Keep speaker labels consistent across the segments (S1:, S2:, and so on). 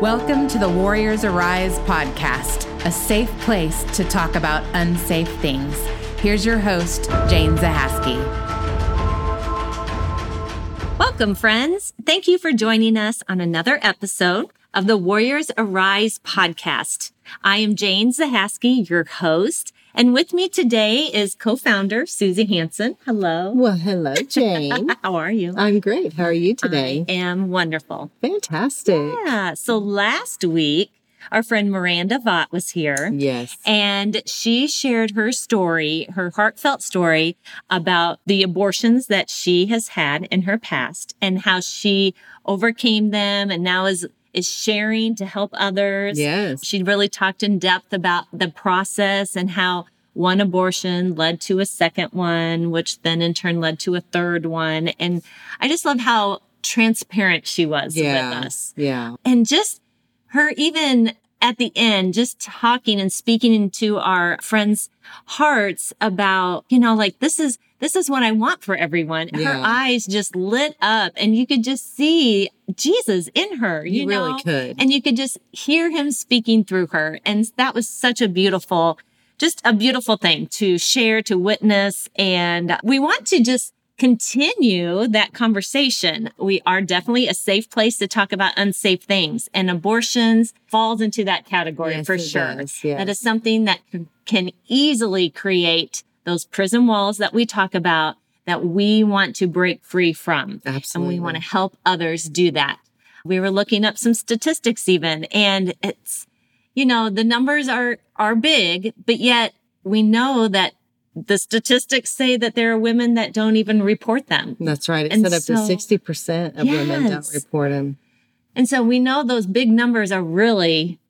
S1: Welcome to the Warriors Arise podcast, a safe place to talk about unsafe things. Here's your host, Jane Zahaski.
S2: Welcome, friends. Thank you for joining us on another episode of the Warriors Arise podcast. I am Jane Zahaski, your host, and with me today is co founder Susie Hansen. Hello.
S3: Well, hello, Jane.
S2: How are you?
S3: I'm great. How are you today?
S2: I am wonderful.
S3: Fantastic.
S2: Yeah. So last week, our friend Miranda Vaught was here.
S3: Yes.
S2: And she shared her story, her heartfelt story about the abortions that she has had in her past and how she overcame them and now is is sharing to help others.
S3: Yes.
S2: She really talked in depth about the process and how one abortion led to a second one, which then in turn led to a third one. And I just love how transparent she was
S3: Yeah.
S2: with us
S3: Yeah.
S2: and just her even at the end just talking and speaking into our friends hearts about you know like this is this is what i want for everyone her
S3: Yeah.
S2: eyes just lit up and you could just see jesus in her you,
S3: You, really
S2: know?
S3: could.
S2: and you could just hear him speaking through her and that was such a beautiful just a beautiful thing to share to witness and we want to just continue that conversation we are definitely a safe place to talk about unsafe things and abortions falls into that category
S3: Yes,
S2: for
S3: it
S2: sure
S3: does. Yes.
S2: that is something that can- can easily create those prison walls that we talk about that we want to break free from
S3: Absolutely.
S2: and we want to help others do that. We were looking up some statistics even and it's you know the numbers are are big but yet we know that the statistics say that there are women that don't even report them.
S3: That's right. It
S2: And
S3: said up
S2: so-
S3: to 60% of women don't
S2: Yes.
S3: report them.
S2: And so we know those big numbers are really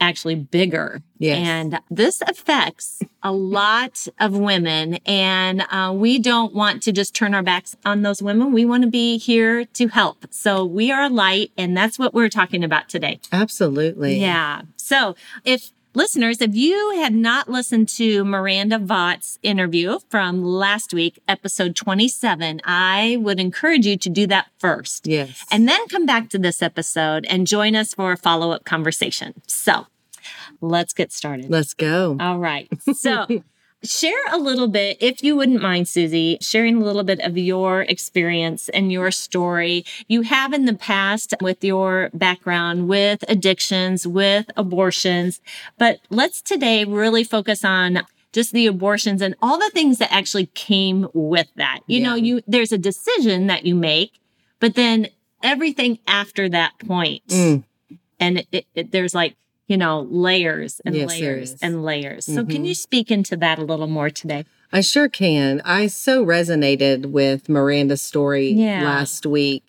S2: actually bigger.
S3: Yes.
S2: And this affects a lot of women. And uh, we don't want to just turn our backs on those women. We want to be here to help. So we are a light, and that's what we're talking about today.
S3: Absolutely.
S2: Yeah. So if listeners, if you have not listened to Miranda Vought's interview from last week, episode 27, I would encourage you to do that first.
S3: Yes.
S2: And then come back to this episode and join us for a follow up conversation. So let's get started.
S3: Let's go.
S2: All right. So share a little bit, if you wouldn't mind, Susie, sharing a little bit of your experience and your story. You have in the past with your background with addictions, with abortions, but let's today really focus on just the abortions and all the things that actually came with that. You know,
S3: Yeah.
S2: you there's a decision that you make, but then everything after that point
S3: Mm.
S2: and it, it, there's like you know layers and
S3: Yes, there
S2: layers
S3: is.
S2: and layers so can
S3: Mhm.
S2: you speak into that a little more today
S3: I sure can. I so resonated with Miranda's story
S2: Yeah.
S3: last week.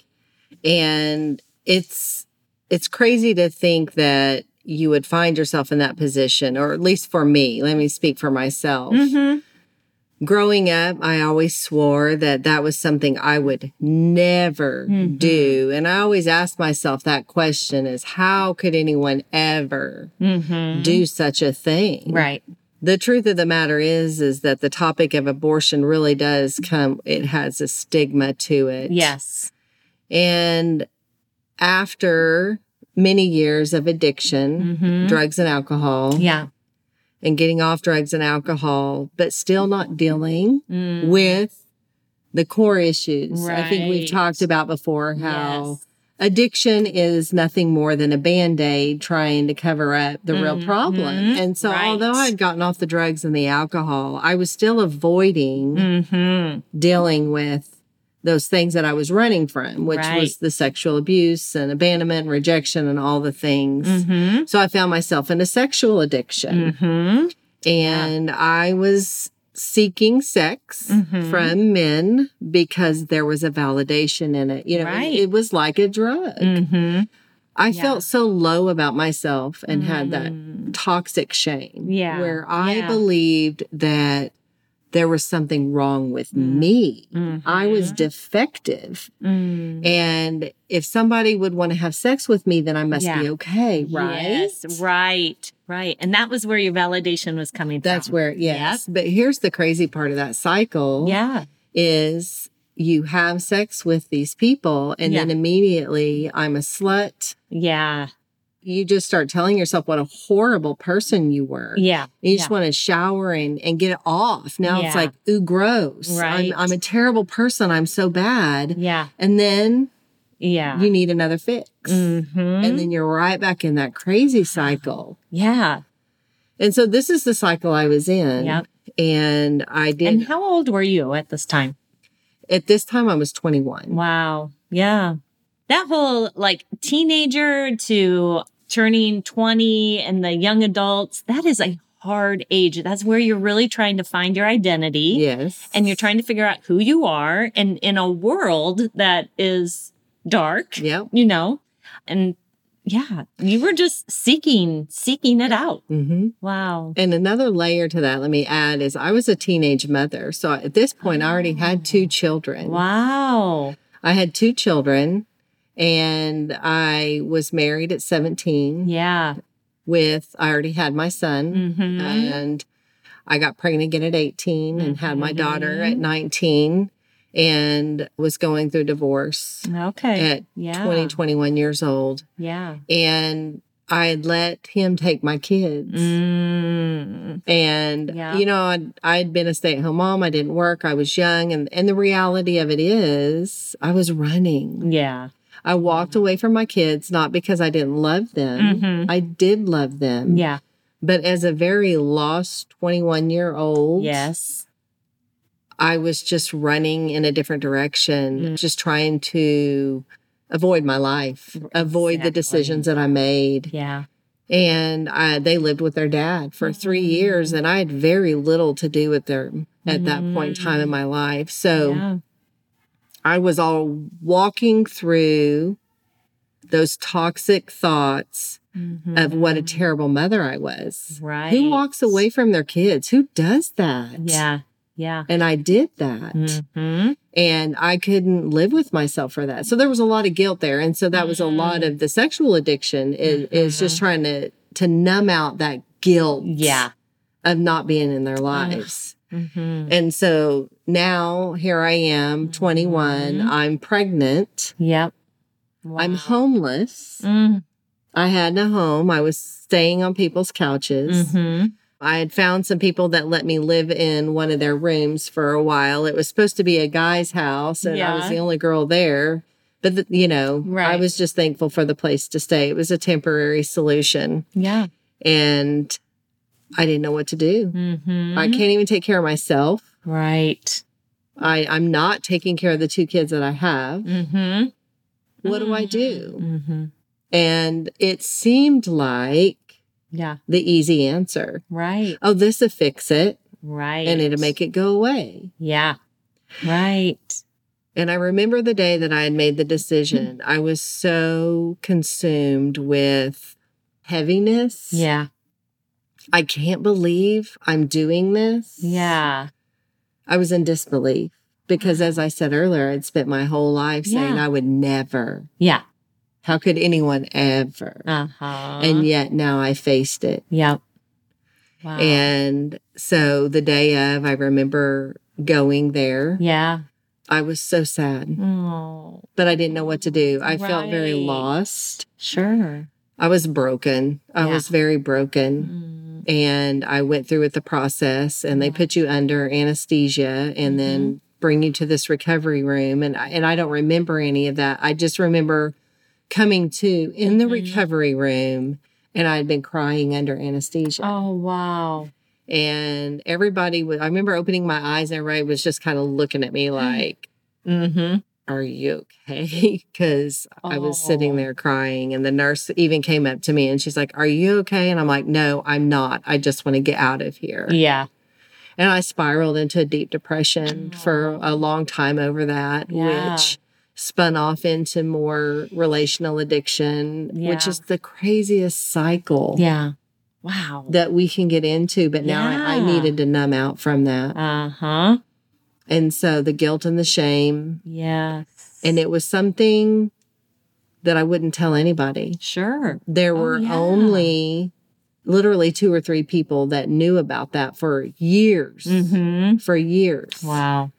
S3: And it's it's crazy to think that you would find yourself in that position or at least for me. Let me speak for myself.
S2: mm-hmm.
S3: Growing up, I always swore that that was something I would never
S2: Mhm.
S3: do. And I always asked myself that question is how could anyone ever
S2: Mm-hmm.
S3: do such a thing?
S2: right
S3: the truth of the matter is is that the topic of abortion really does come it has a stigma to it
S2: yes
S3: and after many years of addiction
S2: mm-hmm.
S3: drugs and alcohol
S2: yeah
S3: and getting off drugs and alcohol but still not dealing
S2: Mm.
S3: with the core issues i think
S2: Right.
S3: we've talked about before how addiction is nothing more than a band-aid trying to cover up the real problem
S2: Mhm.
S3: and so
S2: Right.
S3: although i'd gotten off the drugs and the alcohol i was still avoiding
S2: yes. mm-hmm.
S3: dealing with those things that i was running from which
S2: Right.
S3: was the sexual abuse and abandonment and rejection and all the things
S2: Mm-hmm.
S3: so i found myself in a sexual addiction
S2: Mm-hmm.
S3: and i was seeking sex
S2: Mhm.
S3: from men because there was a validation in it you know
S2: Right.
S3: it was like a drug
S2: Mm-hmm.
S3: I
S2: Yeah.
S3: felt so low about myself and had that
S2: Mm.
S3: toxic shame.
S2: Yeah.
S3: Where I
S2: Yeah.
S3: believed that there was something wrong with
S2: Mm.
S3: me.
S2: Mhm.
S3: I was defective.
S2: Mm.
S3: And if somebody would want to have sex with me, then I must
S2: Yeah.
S3: be okay, right?
S2: Yes, right, right, and that was where your validation was coming
S3: That's
S2: from.
S3: where, yes. But here's the crazy part of that cycle
S2: yeah,
S3: is you have sex with these people, and
S2: Yeah.
S3: then immediately I'm a slut.
S2: yeah,
S3: you just start telling yourself what a horrible person you were.
S2: Yeah.
S3: You just
S2: yeah.
S3: want to shower and, and get it off. Now it's
S2: Yeah.
S3: like, ooh, gross.
S2: Right.
S3: I'm, I'm a terrible person. I'm so bad.
S2: Yeah.
S3: And then
S2: Yeah.
S3: you need another fix.
S2: mm-hmm.
S3: And then you're right back in that crazy cycle.
S2: yeah.
S3: And so this is the cycle I was in.
S2: Yep.
S3: And I did
S2: And how old were you at this time?
S3: at this time I was 21.
S2: Wow. Yeah. That whole like teenager to turning 20 and the young adults, that is a hard age. That's where you're really trying to find your identity.
S3: Yes.
S2: And you're trying to figure out who you are and in a world that is dark,
S3: Yep.
S2: you know? And yeah, you were just seeking, seeking it out.
S3: hmm
S2: Wow.
S3: And another layer to that, let me add, is I was a teenage mother. So at this point, I already
S2: Ah.
S3: had two children.
S2: Wow.
S3: I had two children and I was married at 17
S2: Yeah.
S3: Uh, with, I already had my son
S2: Mm-hmm.
S3: and I got pregnant again at 18 and had my daughter
S2: Mm-hmm.
S3: at 19 and was going through divorce
S2: Okay.
S3: at
S2: yeah.
S3: twenty, twenty-one 20, 21 years old.
S2: Yeah.
S3: And I had let him take my kids.
S2: Mm.
S3: And
S2: Yeah.
S3: you know, I'd, I'd been a stay-at-home mom. I didn't work. I was young, and and the reality of it is, I was running.
S2: Yeah.
S3: I
S2: Mm-hmm.
S3: walked away from my kids not because I didn't love them.
S2: Mhm.
S3: I did love them.
S2: Yeah.
S3: But as a very lost 21-year-old,
S2: Yes.
S3: I was just running in a different direction,
S2: Mm.
S3: just trying to avoid my life, avoid
S2: Exactly.
S3: the decisions that I made.
S2: Yeah.
S3: and I, they lived with their dad for three years and i had very little to do with them at that point in time in my life so
S2: yeah.
S3: i was all walking through those toxic thoughts of what a terrible mother i was
S2: Mm-hmm. Right.
S3: who walks away from their kids who does that
S2: Yeah. Yeah.
S3: and i did that
S2: Mm-hmm.
S3: and i couldn't live with myself for that so there was a lot of guilt there and so that was a
S2: Mm.
S3: lot of the sexual addiction is, is just trying to to numb out that guilt
S2: Mm-hmm. Yeah.
S3: of not being in their lives.
S2: Mm-hmm.
S3: And so now here I am, 21. I'm pregnant.
S2: Yep.
S3: I'm homeless.
S2: Mm.
S3: I had no home. I was staying on people's couches.
S2: Mm-hmm.
S3: I had found some people that let me live in one of their rooms for a while. It was supposed to be a guy's house, and I was
S2: Yeah.
S3: the only girl there. But, th- you know, I
S2: Right.
S3: was just thankful for the place to stay. It was a temporary solution,
S2: Yeah.
S3: and I didn't know what to do.
S2: Mm-hmm.
S3: I can't even take care of myself.
S2: Right.
S3: I, I'm not taking care of the two kids that I have.
S2: Mm-hmm.
S3: What do I do?
S2: Mm-hmm.
S3: And it seemed like
S2: Yeah.
S3: the easy answer.
S2: Right.
S3: Oh, this'll fix it
S2: Right.
S3: and it'll make it go away.
S2: Yeah. Right.
S3: And I remember the day that I had
S2: Mm.
S3: made the decision. I was so consumed with heaviness.
S2: Yeah.
S3: I can't believe I'm doing this.
S2: Yeah. Mm.
S3: I was in disbelief because as I said earlier, I'd spent my whole life saying
S2: Yeah.
S3: I would never.
S2: Yeah.
S3: How could anyone ever?
S2: Uh-huh.
S3: and yet now I faced it.
S2: Yep. Wow.
S3: And so the day of, I remember going there.
S2: yeah.
S3: I was so sad,
S2: Oh.
S3: but I didn't know what to do. I felt very
S2: Right.
S3: lost.
S2: Sure.
S3: I was broken. I
S2: Yeah.
S3: was very broken.
S2: Mm.
S3: And I went through with the process, and they
S2: Yeah. Mm-hmm.
S3: put you under anesthesia and then bring you to this recovery room. And I, and I don't remember any of that. I just remember coming to in the
S2: Mhm.
S3: recovery room, and I had been crying under anesthesia.
S2: Oh wow.
S3: and everybody was i remember opening my eyes and everybody was just kind of looking at me like
S2: Mm-hmm.
S3: are you okay because i was sitting
S2: Oh.
S3: there crying and the nurse even came up to me and she's like are you okay and i'm like no i'm not i just want to get out of here
S2: Yeah.
S3: and i spiraled into a deep depression for a long time over that
S2: Oh. Yeah.
S3: which spun off into more relational addiction which
S2: Yeah.
S3: is the craziest cycle
S2: Yeah. Wow.
S3: that we can get into but now I, I
S2: Yeah.
S3: needed to numb out from that
S2: Uh huh.
S3: And so the guilt and the shame.
S2: Yes.
S3: And it was something that I wouldn't tell anybody.
S2: sure.
S3: There were
S2: Oh, yeah.
S3: only literally two or three people that knew about that for years.
S2: Mm-hmm.
S3: For years.
S2: Wow.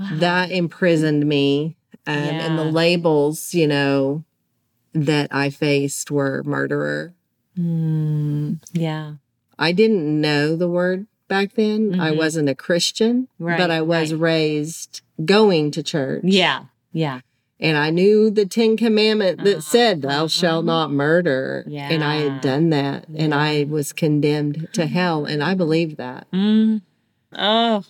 S2: wow.
S3: That imprisoned me. Um, And the
S2: Yeah.
S3: labels, you know, that I faced were murderer.
S2: Mm, yeah.
S3: I didn't know the word back then. I
S2: Mhm.
S3: wasn't a Christian,
S2: Right,
S3: but I was
S2: right.
S3: raised going to church.
S2: Yeah. Yeah.
S3: And I knew the Ten Commandment that said, Thou shalt
S2: Uh-huh.
S3: not murder. And I
S2: Yeah. Hmm.
S3: had done that. And I was condemned to hell. And I believed that.
S2: Mm. Oh,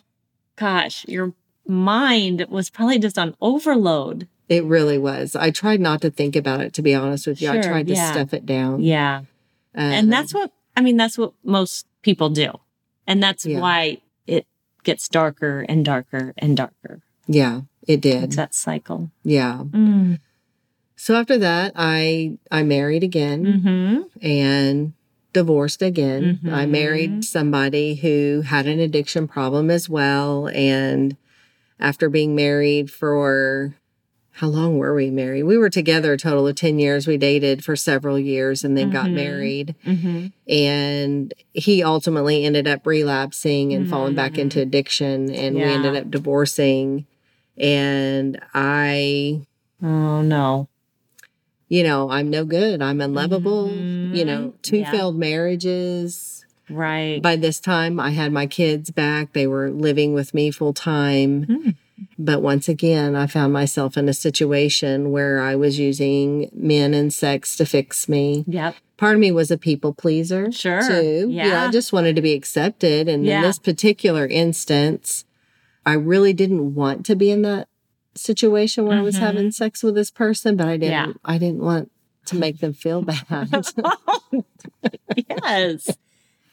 S2: gosh. Your mind was probably just on overload.
S3: It really was. I tried not to think about it, to be honest with you. I
S2: Sure,
S3: tried to
S2: yeah.
S3: stuff it down.
S2: Yeah.
S3: Um,
S2: And that's what, I mean, that's what most people do. And that's
S3: Yeah.
S2: why it gets darker and darker and darker.
S3: yeah, it
S2: It's
S3: did.
S2: that cycle.
S3: Yeah.
S2: Mm.
S3: So after that, I I married again.
S2: hmm
S3: and divorced again.
S2: Mhm.
S3: I married somebody who had an addiction problem as well. And after being married for how long were we married? We were together a total of 10 years. We dated for several years and then got
S2: Mhm.
S3: married.
S2: hmm
S3: And he ultimately ended up relapsing and falling back
S2: Mhm.
S3: into addiction. And we
S2: Yeah.
S3: ended up divorcing. And I
S2: Oh, no.
S3: you know, I'm no good. I'm unlovable. You know,
S2: Mhm.
S3: two
S2: Yeah.
S3: failed marriages.
S2: Right.
S3: By this time, I had my kids back. They were living with me full time.
S2: Mm.
S3: But once again, I found myself in a situation where I was using men and sex to fix me.
S2: Yep.
S3: Part of me was a people pleaser.
S2: Sure.
S3: Too.
S2: Yeah.
S3: I just wanted to be accepted. And
S2: Yeah.
S3: in this particular instance, I really didn't want to be in that situation where I was
S2: Mhm.
S3: having sex with this person, but I didn't
S2: Yeah.
S3: I didn't want to make them feel bad.
S2: yes.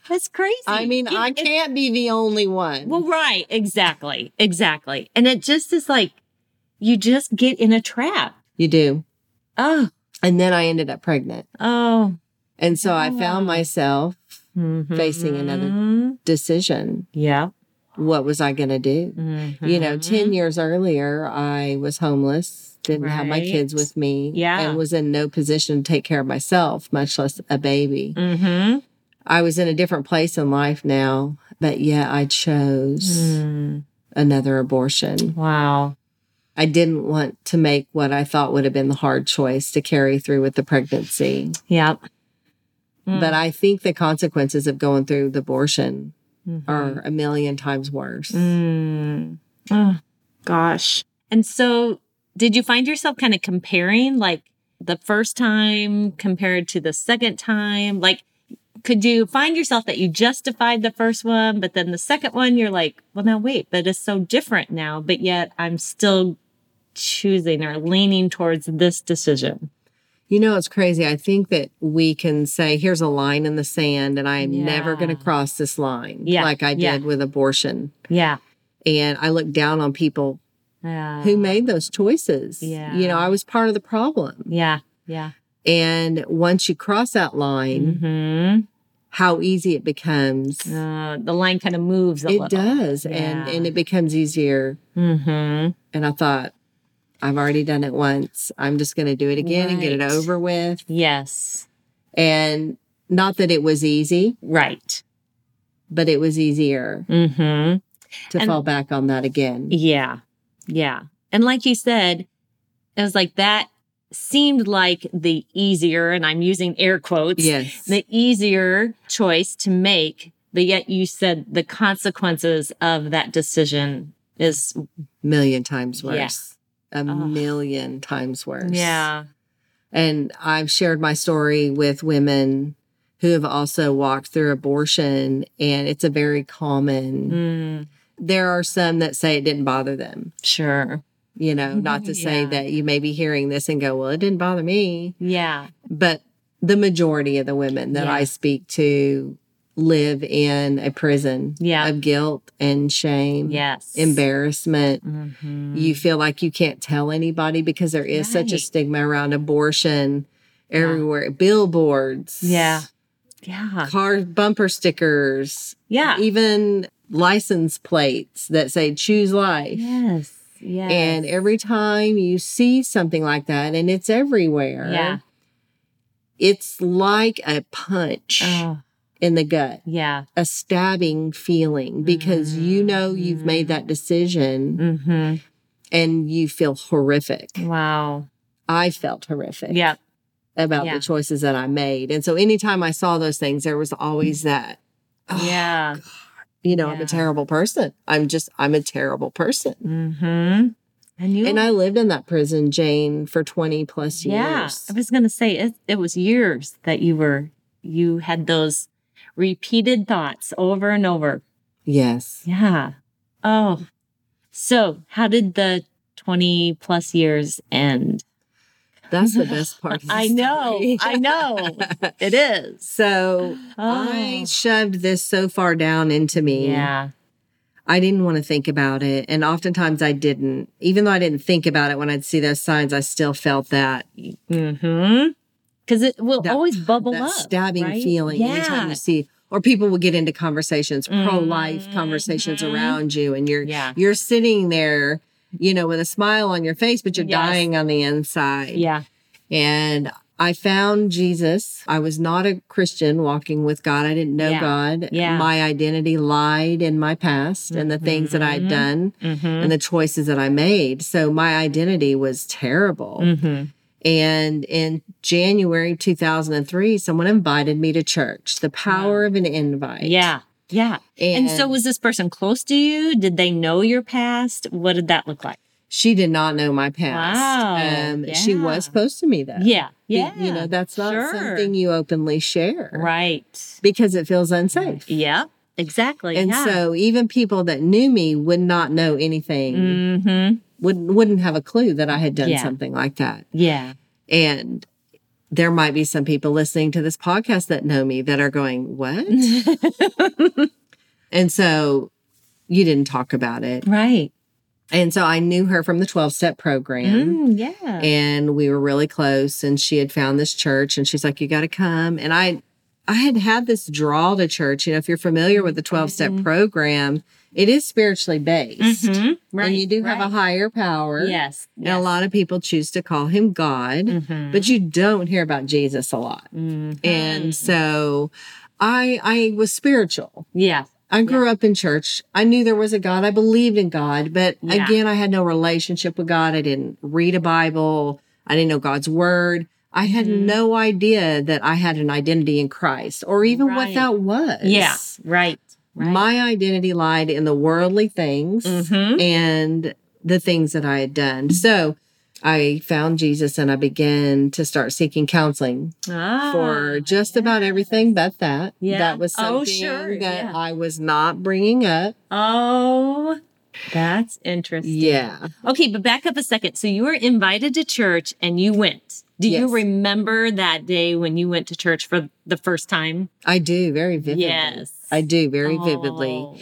S2: That's crazy.
S3: I mean,
S2: It-
S3: I
S2: it's-
S3: can't be the only one.
S2: Well, right. Exactly. Exactly. And it just is like, you just get in a trap.
S3: you do.
S2: Oh,
S3: And then I ended up pregnant.
S2: oh.
S3: And so I
S2: Ah.
S3: found myself Facing another-
S2: Mhm.
S3: decision.
S2: Yeah.
S3: What was I going to do? You know,
S2: Mhm.
S3: 10 years earlier, I was homeless, didn't have my
S2: Right.
S3: kids with me,
S2: Yeah.
S3: and was in no position to take care of myself, much less a baby.
S2: Mhm.
S3: I was in a different place in life now, but yet I chose
S2: Mm.
S3: another abortion.
S2: Wow.
S3: I didn't want to make what I thought would have been the hard choice to carry through with the pregnancy.
S2: Yep. Mm.
S3: But I think the consequences of going through the abortion
S2: Mhm.
S3: are a million times worse.
S2: Mm. Oh, gosh. And so, did you find yourself kind of comparing like the first time compared to the second time? Like, could you find yourself that you justified the first one, but then the second one, you're like, well, now wait, but it's so different now, but yet I'm still choosing or leaning towards this decision?
S3: You know, it's crazy. I think that we can say, here's a line in the sand, and I am never
S2: Yeah.
S3: going to cross this line
S2: Yeah,
S3: like I did
S2: yeah.
S3: with abortion.
S2: Yeah.
S3: And I look down on people
S2: Yeah.
S3: who made those choices.
S2: Uh-huh. yeah.
S3: You know, I was part of the problem.
S2: Yeah. Yeah.
S3: And once you cross that line,
S2: hmm
S3: how easy it becomes.
S2: Uh, the line kind of moves a
S3: it
S2: little.
S3: does.
S2: Yeah.
S3: And, and it becomes easier.
S2: Mm-hmm.
S3: And I thought, I've already done it once. I'm just going to do it again and get it
S2: Right.
S3: over with.
S2: Yes.
S3: And not that it was easy,
S2: Right.
S3: but it was easier
S2: Mm-hmm.
S3: to
S2: And-
S3: fall back on that again.
S2: Yeah. Yeah. And like you said, it was like that seemed like the easier, and I'm using air quotes,
S3: Yes.
S2: the easier choice to make. But yet you said the consequences of that decision is
S3: million times
S2: Yeah.
S3: worse. A
S2: Ugh.
S3: million times worse.
S2: yeah.
S3: And I've shared my story with women who have also walked through abortion, and it's a very common.
S2: Mm,
S3: There are some that say it didn't bother them.
S2: sure.
S3: You know, not to say
S2: Yeah.
S3: that you may be hearing this and go, well, it didn't bother me.
S2: Yeah.
S3: But the majority of the women that
S2: Yeah.
S3: I speak to live in a prison
S2: Yeah.
S3: of guilt and shame,
S2: Yes.
S3: embarrassment.
S2: Mhm.
S3: You feel like you can't tell anybody because there is such a
S2: Right.
S3: stigma around abortion everywhere billboards,
S2: Yeah. Yeah.
S3: car bumper stickers,
S2: Yeah.
S3: even license plates that say choose life.
S2: Yes. Yes.
S3: And every time you see something like that, and it's everywhere,
S2: Yeah.
S3: it's like a punch
S2: Oh,
S3: in the gut,
S2: yeah.
S3: a stabbing feeling because you know you've made
S2: Mm.
S3: that decision
S2: Mm-hmm.
S3: and you feel horrific.
S2: Wow.
S3: I felt horrific.
S2: Yeah.
S3: about
S2: Yeah.
S3: the choices that I made. And so anytime I saw those things, there was always that, "Oh,
S2: Mm. yeah.
S3: you know, I'm
S2: Yeah.
S3: a terrible person. I'm just, I'm a terrible person.
S2: Mm-hmm. And you
S3: And I lived in that prison, Jane, for 20 plus years.
S2: Yeah, I was gonna say it. It was years that you were you had those repeated thoughts over and over.
S3: Yes.
S2: Yeah. Oh, so how did the twenty plus years end?
S3: That's the best part. Of the
S2: I know.
S3: story.
S2: I know. It is.
S3: so I
S2: Oh.
S3: shoved this so far down into me.
S2: Yeah.
S3: I didn't want to think about it. And oftentimes I didn't. Even though I didn't think about it when I'd see those signs, I still felt that,
S2: Mm-hmm. Because it will
S3: That-
S2: always bubble
S3: that
S2: up.
S3: stabbing
S2: right?
S3: feeling anytime
S2: Yeah.
S3: you see. Or people will get into conversations, pro-life conversations
S2: Mhm.
S3: around you, and you're
S2: Yeah.
S3: you're sitting there, you know, with a smile on your face, but you're
S2: Yes.
S3: dying on the inside.
S2: Yeah.
S3: And I found Jesus. I was not a Christian walking with God. I didn't know
S2: Yeah.
S3: God.
S2: Yeah.
S3: My identity lied in my past and the things that I had
S2: Mhm.
S3: done
S2: Mm-hmm.
S3: and the choices that I made. So my identity was terrible.
S2: Mm-hmm.
S3: And in January 2003, someone invited me to church. The power of an invite.
S2: Yeah. Yeah.
S3: And,
S2: And so was this person close to you? Did they know your past? What did that look like?
S3: she did not know my past.
S2: Wow.
S3: Um, She
S2: Yeah.
S3: was close to me though.
S2: Yeah.
S3: You-
S2: Yeah.
S3: You know, that's not
S2: Sure.
S3: something you openly share.
S2: right.
S3: Because it feels unsafe.
S2: Yeah. Exactly.
S3: And
S2: yeah.
S3: so even people that knew me would not know anything,
S2: mm-hmm.
S3: wouldn't wouldn't have a clue that I had done
S2: Yeah.
S3: something like that.
S2: Yeah.
S3: And there might be some people listening to this podcast that know me that are going, "What?" and so you didn't talk about it.
S2: Right.
S3: And so I knew her from the 12 step program.
S2: Mm, yeah.
S3: And we were really close and she had found this church and she's like, "You got to come." And I I had had this draw to church. You know, if you're familiar with the 12 step
S2: Mm-hmm.
S3: program, it is spiritually based.
S2: Mhm. Right.
S3: and you do have a
S2: right.
S3: higher power.
S2: Yes.
S3: And a lot of people choose to call him God,
S2: Mhm.
S3: but you don't hear about Jesus a lot.
S2: Mhm.
S3: And so I I was spiritual.
S2: yeah.
S3: I grew up in church. I knew there was a God. I believed in God, but
S2: Yeah.
S3: again, I had no relationship with God. I didn't read a Bible. I didn't know God's word. I had
S2: Mm-hmm.
S3: no idea that I had an identity in Christ or even what
S2: Right.
S3: that was.
S2: Yeah. Right. Right.
S3: My identity lied in the worldly things
S2: Mhm.
S3: and the things that I had done. So I found Jesus and I began to start seeking counseling
S2: Ah,
S3: for just about everything but that.
S2: Yeah.
S3: That was
S2: Oh,
S3: something
S2: sure,
S3: that
S2: yeah.
S3: I was not bringing up.
S2: Oh, that's interesting.
S3: Yeah.
S2: Okay, but back up a second. So you were invited to church and you went. Do you
S3: Yes.
S2: remember that day when you went to church for the first time?
S3: I do very vividly.
S2: Yes.
S3: I do very vividly.
S2: Oh,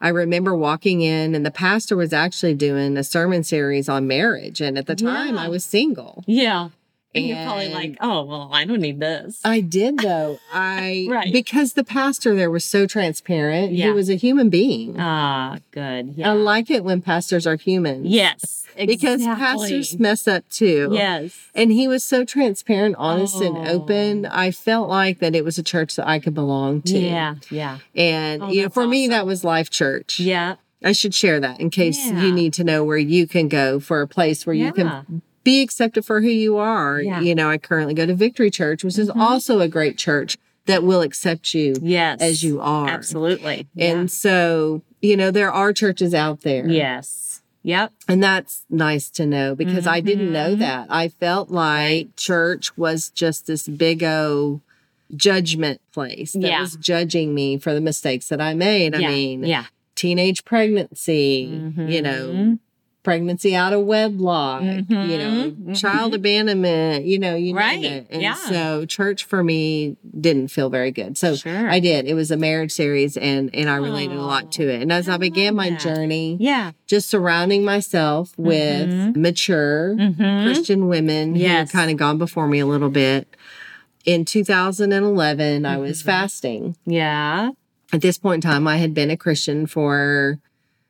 S3: I remember walking in, and the pastor was actually doing a sermon series on marriage. And at the time,
S2: Yeah.
S3: I was single.
S2: Yeah. And, you're probably
S3: And-
S2: like, oh, well, I don't need this.
S3: I did though. I
S2: Right.
S3: because the pastor there was so transparent.
S2: Yeah.
S3: He was a human being.
S2: Ah, good. Yeah.
S3: I like it when pastors are humans.
S2: yes.
S3: Because pastors mess up too.
S2: Yes.
S3: And he was so transparent, honest, and
S2: Oh.
S3: open. I felt like that it was a church that I could belong to.
S2: Yeah. Yeah.
S3: And
S2: Oh,
S3: you know,
S2: that's
S3: for me,
S2: awesome.
S3: that was Life Church.
S2: Yeah.
S3: I should share that in case
S2: Yeah.
S3: you need to know where you can go for a place where you
S2: Yeah.
S3: can be accepted for who you are.
S2: Yeah. Mm-hmm.
S3: You know, I currently go to Victory Church, which is also a great church that will accept you
S2: Yes.
S3: as you are.
S2: Absolutely.
S3: And so, you know, there are churches out there.
S2: yeah. yes. Yep.
S3: And that's nice to know because I didn't
S2: Mm-hmm.
S3: know that. I felt like church was just this big O judgment place that
S2: Yeah.
S3: was judging me for the mistakes that I made.
S2: yeah.
S3: I mean,
S2: yeah.
S3: teenage pregnancy, you know,
S2: Mhm.
S3: pregnancy out of wedlock, you know,
S2: Mhm.
S3: child abandonment, you know, you
S2: Right.
S3: name it. And
S2: Yeah.
S3: so church for me didn't feel very good. So
S2: Sure.
S3: I did. It was a marriage series and and I related a
S2: Oh,
S3: lot to it. And as
S2: I
S3: I, began
S2: love
S3: my
S2: that.
S3: journey,
S2: Yeah.
S3: just surrounding myself with
S2: Mhm.
S3: mature
S2: Mm-hmm.
S3: Christian women who
S2: Yes.
S3: had kind of gone before me a little bit. In 2011, I was
S2: Mm-hmm.
S3: fasting.
S2: Yeah.
S3: At this point in time, I had been a Christian for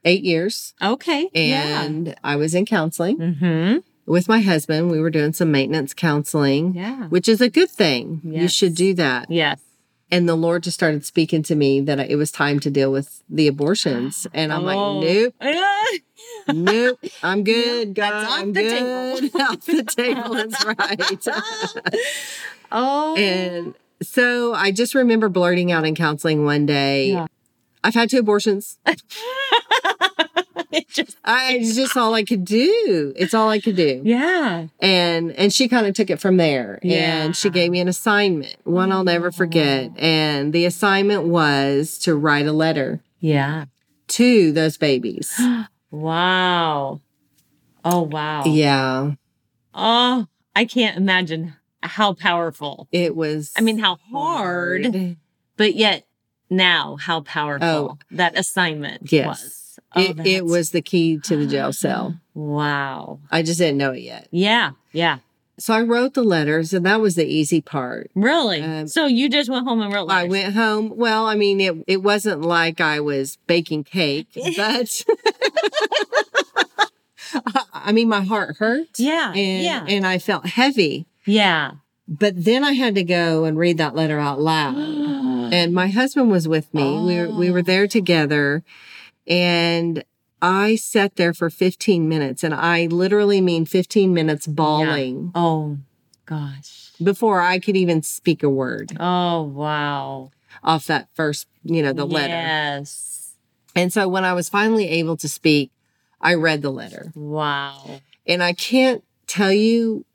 S3: eight years
S2: Okay.
S3: and I was in counseling
S2: yeah. Mm-hmm.
S3: with my husband. We were doing some maintenance counseling,
S2: Yeah.
S3: which is a good thing. You
S2: Yes.
S3: should do that.
S2: Yes.
S3: And the Lord just started
S2: oh,
S3: speaking to me that it was time to deal with the abortions. And I'm like, nope,
S2: Ah.
S3: nope, I'm good. God,
S2: that's off
S3: I'm
S2: the
S3: good.
S2: table.
S3: off the table. That's right.
S2: Oh,
S3: and so I just remember blurting out in counseling one day.
S2: Yeah.
S3: I've had two abortions.
S2: it just
S3: I it's just all I could do. It's all I could do.
S2: yeah.
S3: and and she kind of took it from there
S2: Yeah. Oh.
S3: and she gave me an assignment one i'll never forget and the assignment was to write a letter
S2: Yeah.
S3: to those babies
S2: Wow. Oh wow.
S3: yeah
S2: Oh, I can't imagine how powerful.
S3: it was
S2: I mean, how hard, but yet now how powerful
S3: Oh.
S2: that assignment
S3: Yes.
S2: was. Oh,
S3: it, it
S2: that's-
S3: was the key to the jail cell
S2: Wow.
S3: i just didn't know it yet
S2: Yeah. Yeah.
S3: so i wrote the letters and that was the easy part
S2: Really?
S3: Um,
S2: so you just went home and wrote
S3: I
S2: letters.
S3: went home. Well, I mean, it, it wasn't like I was baking cake, but I mean, my heart hurt.
S2: Yeah,
S3: And,
S2: yeah.
S3: and I felt heavy.
S2: Yeah.
S3: But then I had to go and read that letter out loud. and my husband was with me. We, were, we were there together. And I sat there for 15 minutes. And I literally mean 15 minutes bawling
S2: oh gosh.
S3: before I could even speak a word
S2: Oh wow.
S3: off that first, you know, the letter.
S2: Yes.
S3: And so when I was finally able to speak, I read the letter.
S2: Wow.
S3: And I can't tell you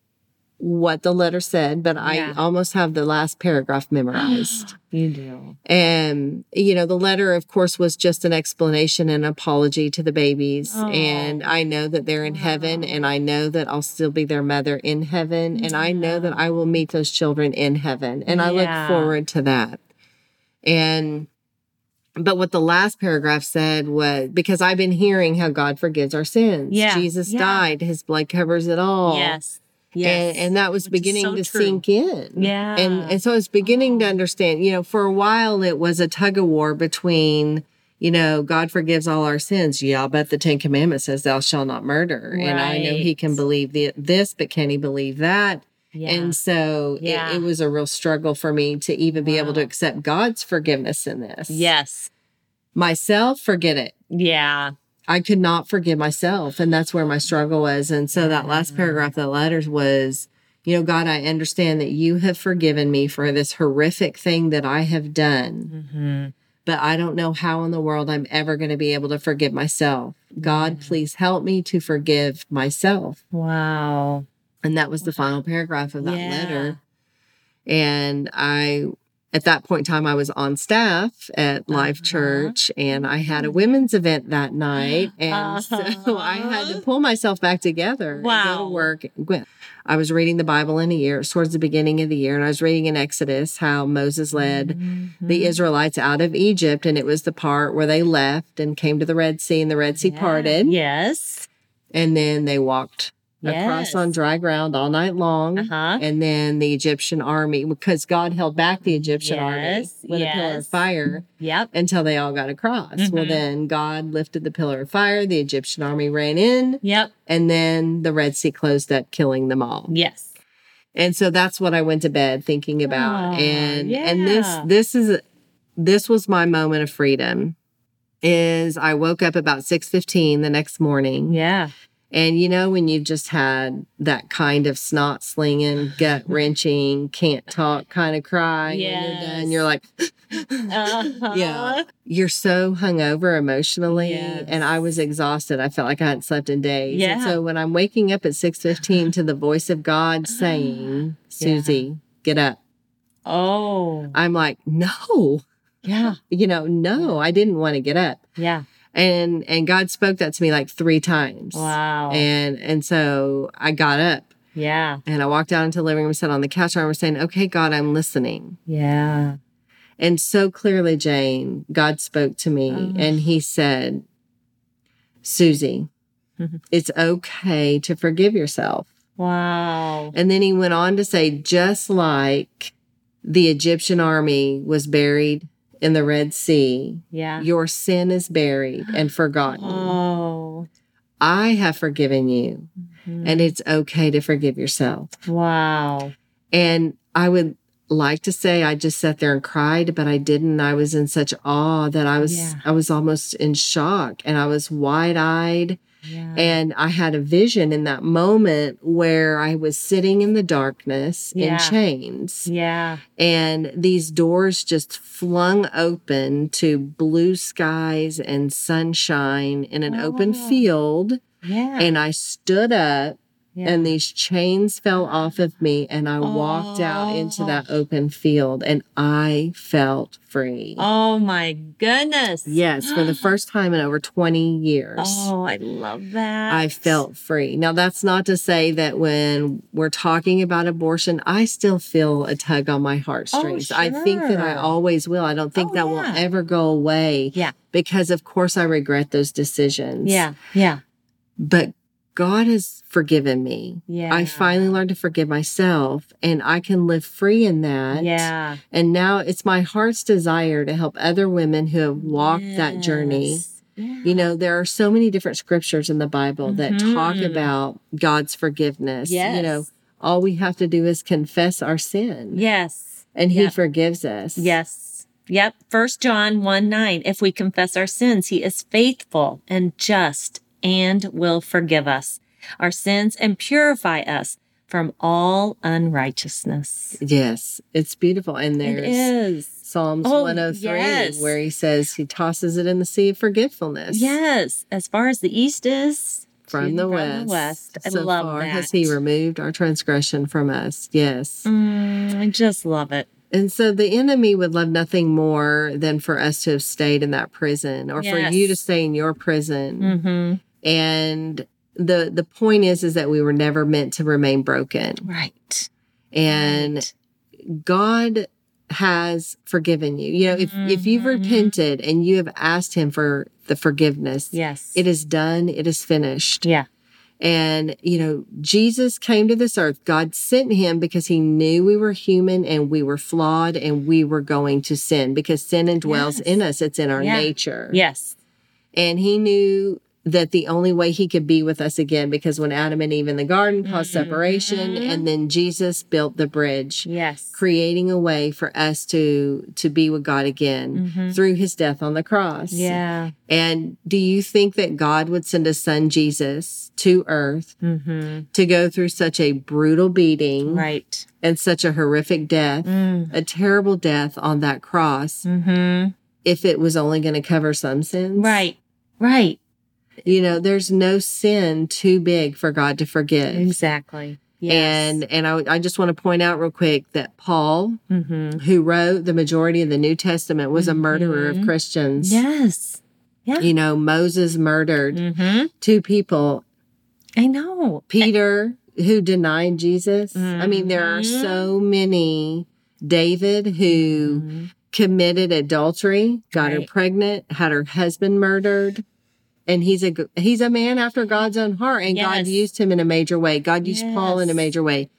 S3: what the letter said, but
S2: Yeah.
S3: I almost have the last paragraph memorized.
S2: You do.
S3: and, you know, the letter, of course, was just an explanation and apology to the babies.
S2: Oh.
S3: And I know that they're in heaven, and I know that I'll still be their mother in heaven. And I know that I will meet those children in heaven. And I
S2: Yeah.
S3: look forward to that. And, but what the last paragraph said was because I've been hearing how God forgives our sins.
S2: Yeah.
S3: Jesus
S2: Yeah.
S3: died, his blood covers it all.
S2: Yes.
S3: And,
S2: Yes.
S3: and that was
S2: Which is
S3: beginning
S2: so
S3: to
S2: true.
S3: sink in.
S2: Yeah. Oh.
S3: And, and so it's beginning to understand, you know, for a while it was a tug of war between, you know, God forgives all our sins. Yeah, I'll bet the Ten Commandments says thou shalt not murder. And I know he can
S2: Right.
S3: believe the, this, but can he believe that?
S2: yeah.
S3: And so it-
S2: Yeah.
S3: it, was a real struggle for me to even be able to
S2: Wow.
S3: accept God's forgiveness in this.
S2: yes.
S3: Myself, forget it.
S2: Yeah.
S3: I could not forgive myself. And that's where my struggle was. And so that last paragraph, that letters was, you know, God, I understand that you have forgiven me for this horrific thing that I have done,
S2: Mm-hmm.
S3: but I don't know how in the world I'm ever going to be able to forgive myself. God, please help me to forgive myself.
S2: Wow.
S3: And that was the final paragraph of that
S2: Yeah.
S3: letter. And I, at that point in time, I was on staff at Life
S2: Uh-huh. Mm-hmm.
S3: Church and I had a women's event that night. And so I had to pull myself back together and go
S2: Uh-huh. Wow.
S3: to work. Gwen- I was reading the Bible in a year, towards the beginning of the year, and I was reading in Exodus how Moses led
S2: Mm-hmm.
S3: the Israelites out of Egypt. And it was the part where they left and came to the Red Sea and the Red Sea
S2: Yeah.
S3: parted.
S2: Yes.
S3: And then they walked
S2: Yes.
S3: across on dry ground all night long
S2: Uh huh.
S3: Mm-hmm. and then the Egyptian army, because God held back the Egyptian
S2: Yes,
S3: army with a pillar of
S2: yes.
S3: fire
S2: Yep.
S3: until they all got across. Well,
S2: Mhm.
S3: then God lifted the pillar of fire, the Egyptian army ran in,
S2: Yep.
S3: and then the Red Sea closed up, killing them all.
S2: Yes.
S3: And so that's what I went to bed thinking about.
S2: Aw,
S3: and and this
S2: yeah.
S3: this is this was my moment of freedom. Is I woke up about six fifteen the next morning.
S2: Yeah.
S3: And you know, when you've just had that kind of snot slinging, gut wrenching, can't talk kind of cry, when you're
S2: Yes.
S3: done, you're like,
S2: Uh-huh.
S3: Yeah. you're so hungover emotionally.
S2: Yes.
S3: And I was exhausted. I felt like I hadn't slept in days. And
S2: Yeah.
S3: so when I'm waking up at 6.15 to the voice of God saying, Susie, get up.
S2: Oh.
S3: I'm like, no,
S2: Yeah.
S3: you know, no, I didn't want to get up.
S2: Yeah.
S3: And, and God spoke that to me like three times.
S2: Wow.
S3: And, and so I got up
S2: yeah.
S3: And I walked out into the living room, sat on the couch, and I was saying, Okay, God, I'm listening.
S2: Yeah.
S3: And so clearly, Jane, God spoke to me
S2: Oh.
S3: and he said, Susie,
S2: Mhm.
S3: it's okay to forgive yourself.
S2: Wow.
S3: And then he went on to say, just like the Egyptian army was buried in the Red Sea,
S2: Yeah.
S3: your sin is buried and forgotten.
S2: Oh.
S3: I have forgiven you,
S2: Mm-hmm.
S3: and it's okay to forgive yourself.
S2: wow.
S3: And I would like to say I just sat there and cried, but I didn't. I was in such awe that I was
S2: Yeah.
S3: I was almost in shock and I was wide-eyed
S2: Yeah.
S3: And I had a vision in that moment where I was sitting in the darkness
S2: Yeah.
S3: in chains
S2: yeah.
S3: and these doors just flung open to blue skies and sunshine in an open
S2: Wow.
S3: field.
S2: Oh. Yeah.
S3: And I stood up
S2: yeah.
S3: and these chains fell off of me and I walked out into that
S2: Oh.
S3: open field and I felt free.
S2: oh my goodness.
S3: Yes, for the first time in over 20 years.
S2: Oh, I love that.
S3: I felt free. Now, that's not to say that when we're talking about abortion, I still feel a tug on my heartstrings. I think that I
S2: Oh, sure.
S3: always will. I don't think
S2: Oh,
S3: that
S2: yeah.
S3: will ever go away.
S2: Yeah.
S3: Because, of course, I regret those decisions.
S2: Yeah. Yeah.
S3: But God has forgiven me.
S2: Yeah.
S3: I finally learned to forgive myself and I can live free in that.
S2: Yeah.
S3: And now it's my heart's desire to help other women who have walked that journey.
S2: Yes. Yeah.
S3: You know, there are so many different scriptures in the Bible that talk
S2: Mhm.
S3: about God's forgiveness.
S2: Yes.
S3: You know, all we have to do is confess our sin
S2: Yes.
S3: and He
S2: Yeah.
S3: forgives us.
S2: Yes. Yep. First John 1 9. If we confess our sins, he is faithful and just and will forgive us our sins and purify us from all unrighteousness.
S3: Yes. It's beautiful. And
S2: It
S3: there's
S2: is.
S3: Psalms
S2: Oh,
S3: 103
S2: yes.
S3: where He says He tosses it in the sea of forgetfulness.
S2: Yes. As far as the east is
S3: From
S2: to-
S3: the
S2: from
S3: west,
S2: west. I
S3: so
S2: love
S3: far
S2: that.
S3: has He removed our transgression from us. Yes.
S2: Mm, I just love it.
S3: And so the enemy would love nothing more than for us to have stayed in that prison or for
S2: Yes.
S3: you to stay in your prison.
S2: Mm-hmm.
S3: And the the point is is that we were never meant to remain broken.
S2: Right.
S3: And
S2: Right.
S3: God has forgiven you. You know, if if you've
S2: Mhm.
S3: repented and you have asked him for the forgiveness,
S2: Yes.
S3: it is done, it is finished.
S2: Yeah.
S3: And, you know, Jesus came to this earth. God sent him because he knew we were human and we were flawed and we were going to sin because sin indwells
S2: Yes.
S3: in us. It's in our
S2: Yeah.
S3: nature.
S2: Yes.
S3: And he knew that the only way he could be with us again, because when Adam and Eve in the garden caused separation
S2: Mhm.
S3: and then Jesus built the bridge,
S2: Yes.
S3: creating a way for us to, to be with God again
S2: Mhm.
S3: through his death on the cross.
S2: Yeah.
S3: And do you think that God would send his son Jesus to earth
S2: Mm-hmm.
S3: to go through such a brutal beating
S2: Right.
S3: and such a horrific death,
S2: Mm.
S3: a terrible death on that cross,
S2: Mm-hmm.
S3: if it was only going to cover some sins?
S2: Right. Right.
S3: You know, there's no sin too big for God to forgive.
S2: Exactly. Yes.
S3: And and I, I just want to point out real quick that Paul,
S2: And mm-hmm.
S3: who wrote the majority of the New Testament, was a murderer
S2: Mhm.
S3: of Christians.
S2: yes. Yeah.
S3: You know, Moses murdered
S2: Mm-hmm.
S3: two people
S2: I know.
S3: Peter, who denied Jesus. I mean, there are
S2: Mhm.
S3: so many. David, who
S2: Mhm.
S3: committed adultery, got her
S2: Right.
S3: pregnant, had her husband murdered, and he's a g- he's a man after God's own heart, and God
S2: Yes.
S3: used him in a major way. God used Paul in a
S2: Yes.
S3: major way.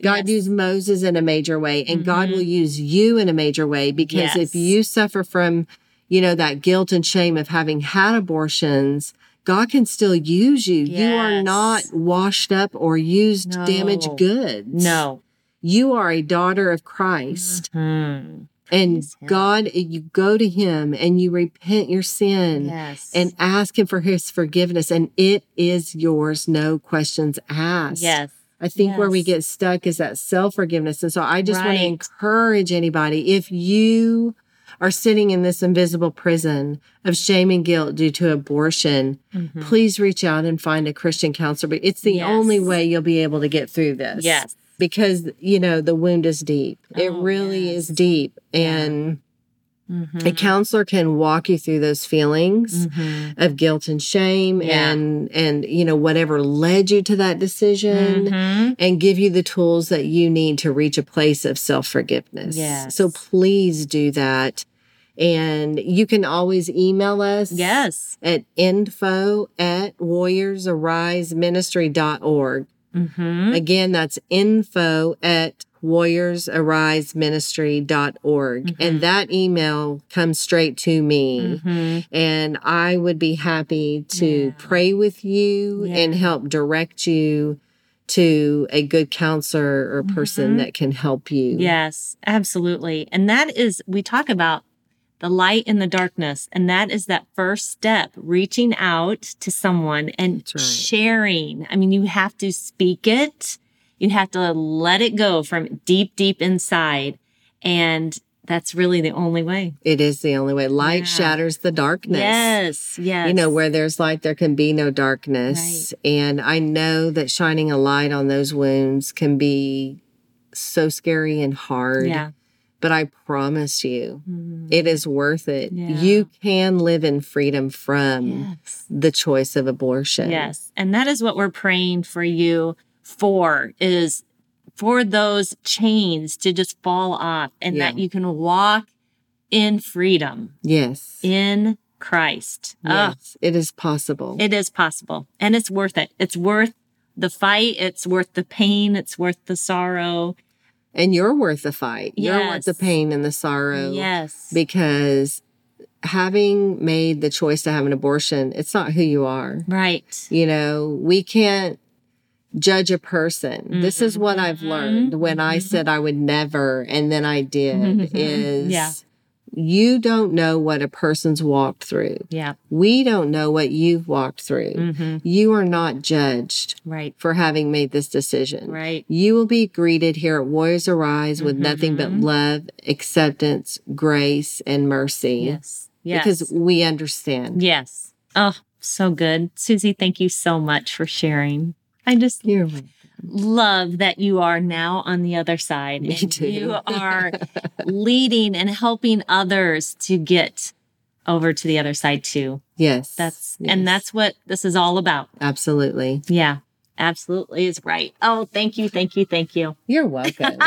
S3: God
S2: Yes.
S3: used Moses in a major way, and God
S2: Mhm.
S3: will use you in a major way because
S2: Yes.
S3: if you suffer from, you know, that guilt and shame of having had abortions, God can still use you. You are
S2: Yes.
S3: not washed up or used
S2: No.
S3: damaged goods.
S2: No.
S3: You are a daughter of Christ.
S2: Mm-hmm.
S3: And
S2: Praise him.
S3: God, you go to Him and you repent your sin
S2: Yes.
S3: and ask Him for His forgiveness, and it is yours, no questions asked.
S2: yes.
S3: I think where we
S2: Yes.
S3: get stuck is that self forgiveness. And so I just want to
S2: Right.
S3: encourage anybody if you are sitting in this invisible prison of shame and guilt due to abortion,
S2: Mhm.
S3: please reach out and find a Christian counselor. But It's the only
S2: Yes.
S3: way you'll be able to get through this.
S2: Yes.
S3: Because, you know, the wound is deep. it
S2: Oh,
S3: really
S2: yes. Mm-hmm.
S3: is deep. And a counselor can walk you through those feelings
S2: Mhm.
S3: of guilt and shame
S2: Yeah.
S3: and and you know whatever led you to that decision
S2: Mhm.
S3: and give you the tools that you need to reach a place of self forgiveness.
S2: Yes.
S3: So please do that. And you can always email us
S2: Yes.
S3: at info at warriorsarise.ministry.org.
S2: Mm-hmm.
S3: Again, that's info at warriorsarise.ministry.org. And that email comes straight to me
S2: Mm-hmm.
S3: and I would be happy to
S2: Yeah.
S3: pray with you
S2: Yeah.
S3: and help direct you to a good counselor or person
S2: Mhm.
S3: that can help you.
S2: Yes, absolutely. And that is, we talk about the light and the darkness. And that is that first step, reaching out to someone and
S3: right.
S2: sharing. I mean, you have to speak it. You have to let it go from deep, deep inside. And that's really the only way.
S3: It is the only way. Light
S2: Yeah.
S3: shatters the darkness.
S2: Yes. Yes.
S3: You know, where there's light, there can be no darkness. And I know that shining a light on those wounds can be so scary and hard.
S2: Yeah.
S3: But I promise you,
S2: Mhm.
S3: it is worth it.
S2: Yeah.
S3: You can live in freedom from
S2: Yes.
S3: the choice of abortion.
S2: Yes. And that is what we're praying for you for is for those chains to just fall off and
S3: Yeah.
S2: that you can walk in freedom
S3: Yes.
S2: in Christ. Ah,
S3: Yes. It is possible.
S2: it is possible and it's worth it. It's worth the fight. It's worth the pain. It's worth the sorrow.
S3: and you're worth the fight. You're worth the
S2: Yes.
S3: pain and the sorrow.
S2: Yes.
S3: Because having made the choice to have an abortion, it's not who you are.
S2: right.
S3: You know, we can't judge a person. This is what I've
S2: Mm-hmm.
S3: learned when I said I would never, and then I did,
S2: Mhm.
S3: is
S2: Yeah.
S3: you don't know what a person's walked through.
S2: Yeah.
S3: We don't know what you've walked through.
S2: Mhm.
S3: You are not judged
S2: Right.
S3: for having made this decision.
S2: Right. Mm-hmm,
S3: You will be greeted here at Warriors Arise with nothing but love, acceptance, grace, and mercy.
S2: Yes. Yes.
S3: Because we understand.
S2: yes. Oh, so good. Susie, thank you so much for sharing. I just
S3: You're right.
S2: love that you are now on the other side.
S3: Me
S2: and
S3: too.
S2: You are leading and helping others to get over to the other side too.
S3: Yes.
S2: That's
S3: Yes.
S2: and that's what this is all about.
S3: absolutely.
S2: Yeah. Absolutely is right. Oh, thank you, thank you, thank you.
S3: You're welcome.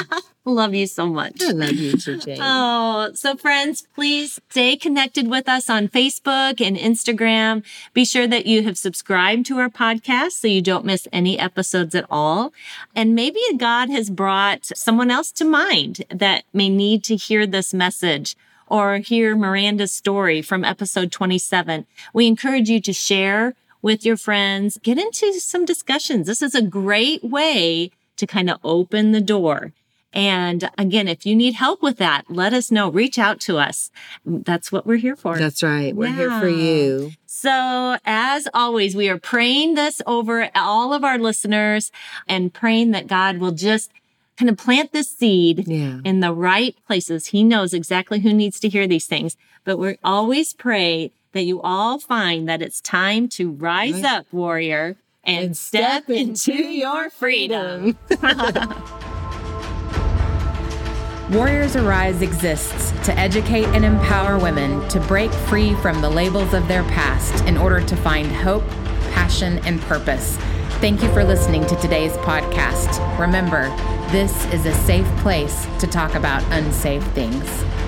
S2: Love you so much.
S3: I love you too, Jane.
S2: Oh, so friends, please stay connected with us on Facebook and Instagram. Be sure that you have subscribed to our podcast so you don't miss any episodes at all. And maybe God has brought someone else to mind that may need to hear this message or hear Miranda's story from episode 27. We encourage you to share with your friends, get into some discussions. This is a great way to kind of open the door. And again, if you need help with that, let us know. Reach out to us. That's what we're here for.
S3: That's right. We're here for
S2: Yeah.
S3: you.
S2: So, as always, we are praying this over all of our listeners and praying that God will just kind of plant this seed
S3: Yeah.
S2: in the right places. He knows exactly who needs to hear these things. But we always pray that you all find that it's time to rise
S3: Right.
S2: up, warrior, and, step, into your freedom.
S1: Warriors Arise exists to educate and empower women to break free from the labels of their past in order to find hope, passion, and purpose. Thank you for listening to today's podcast. Remember, this is a safe place to talk about unsafe things.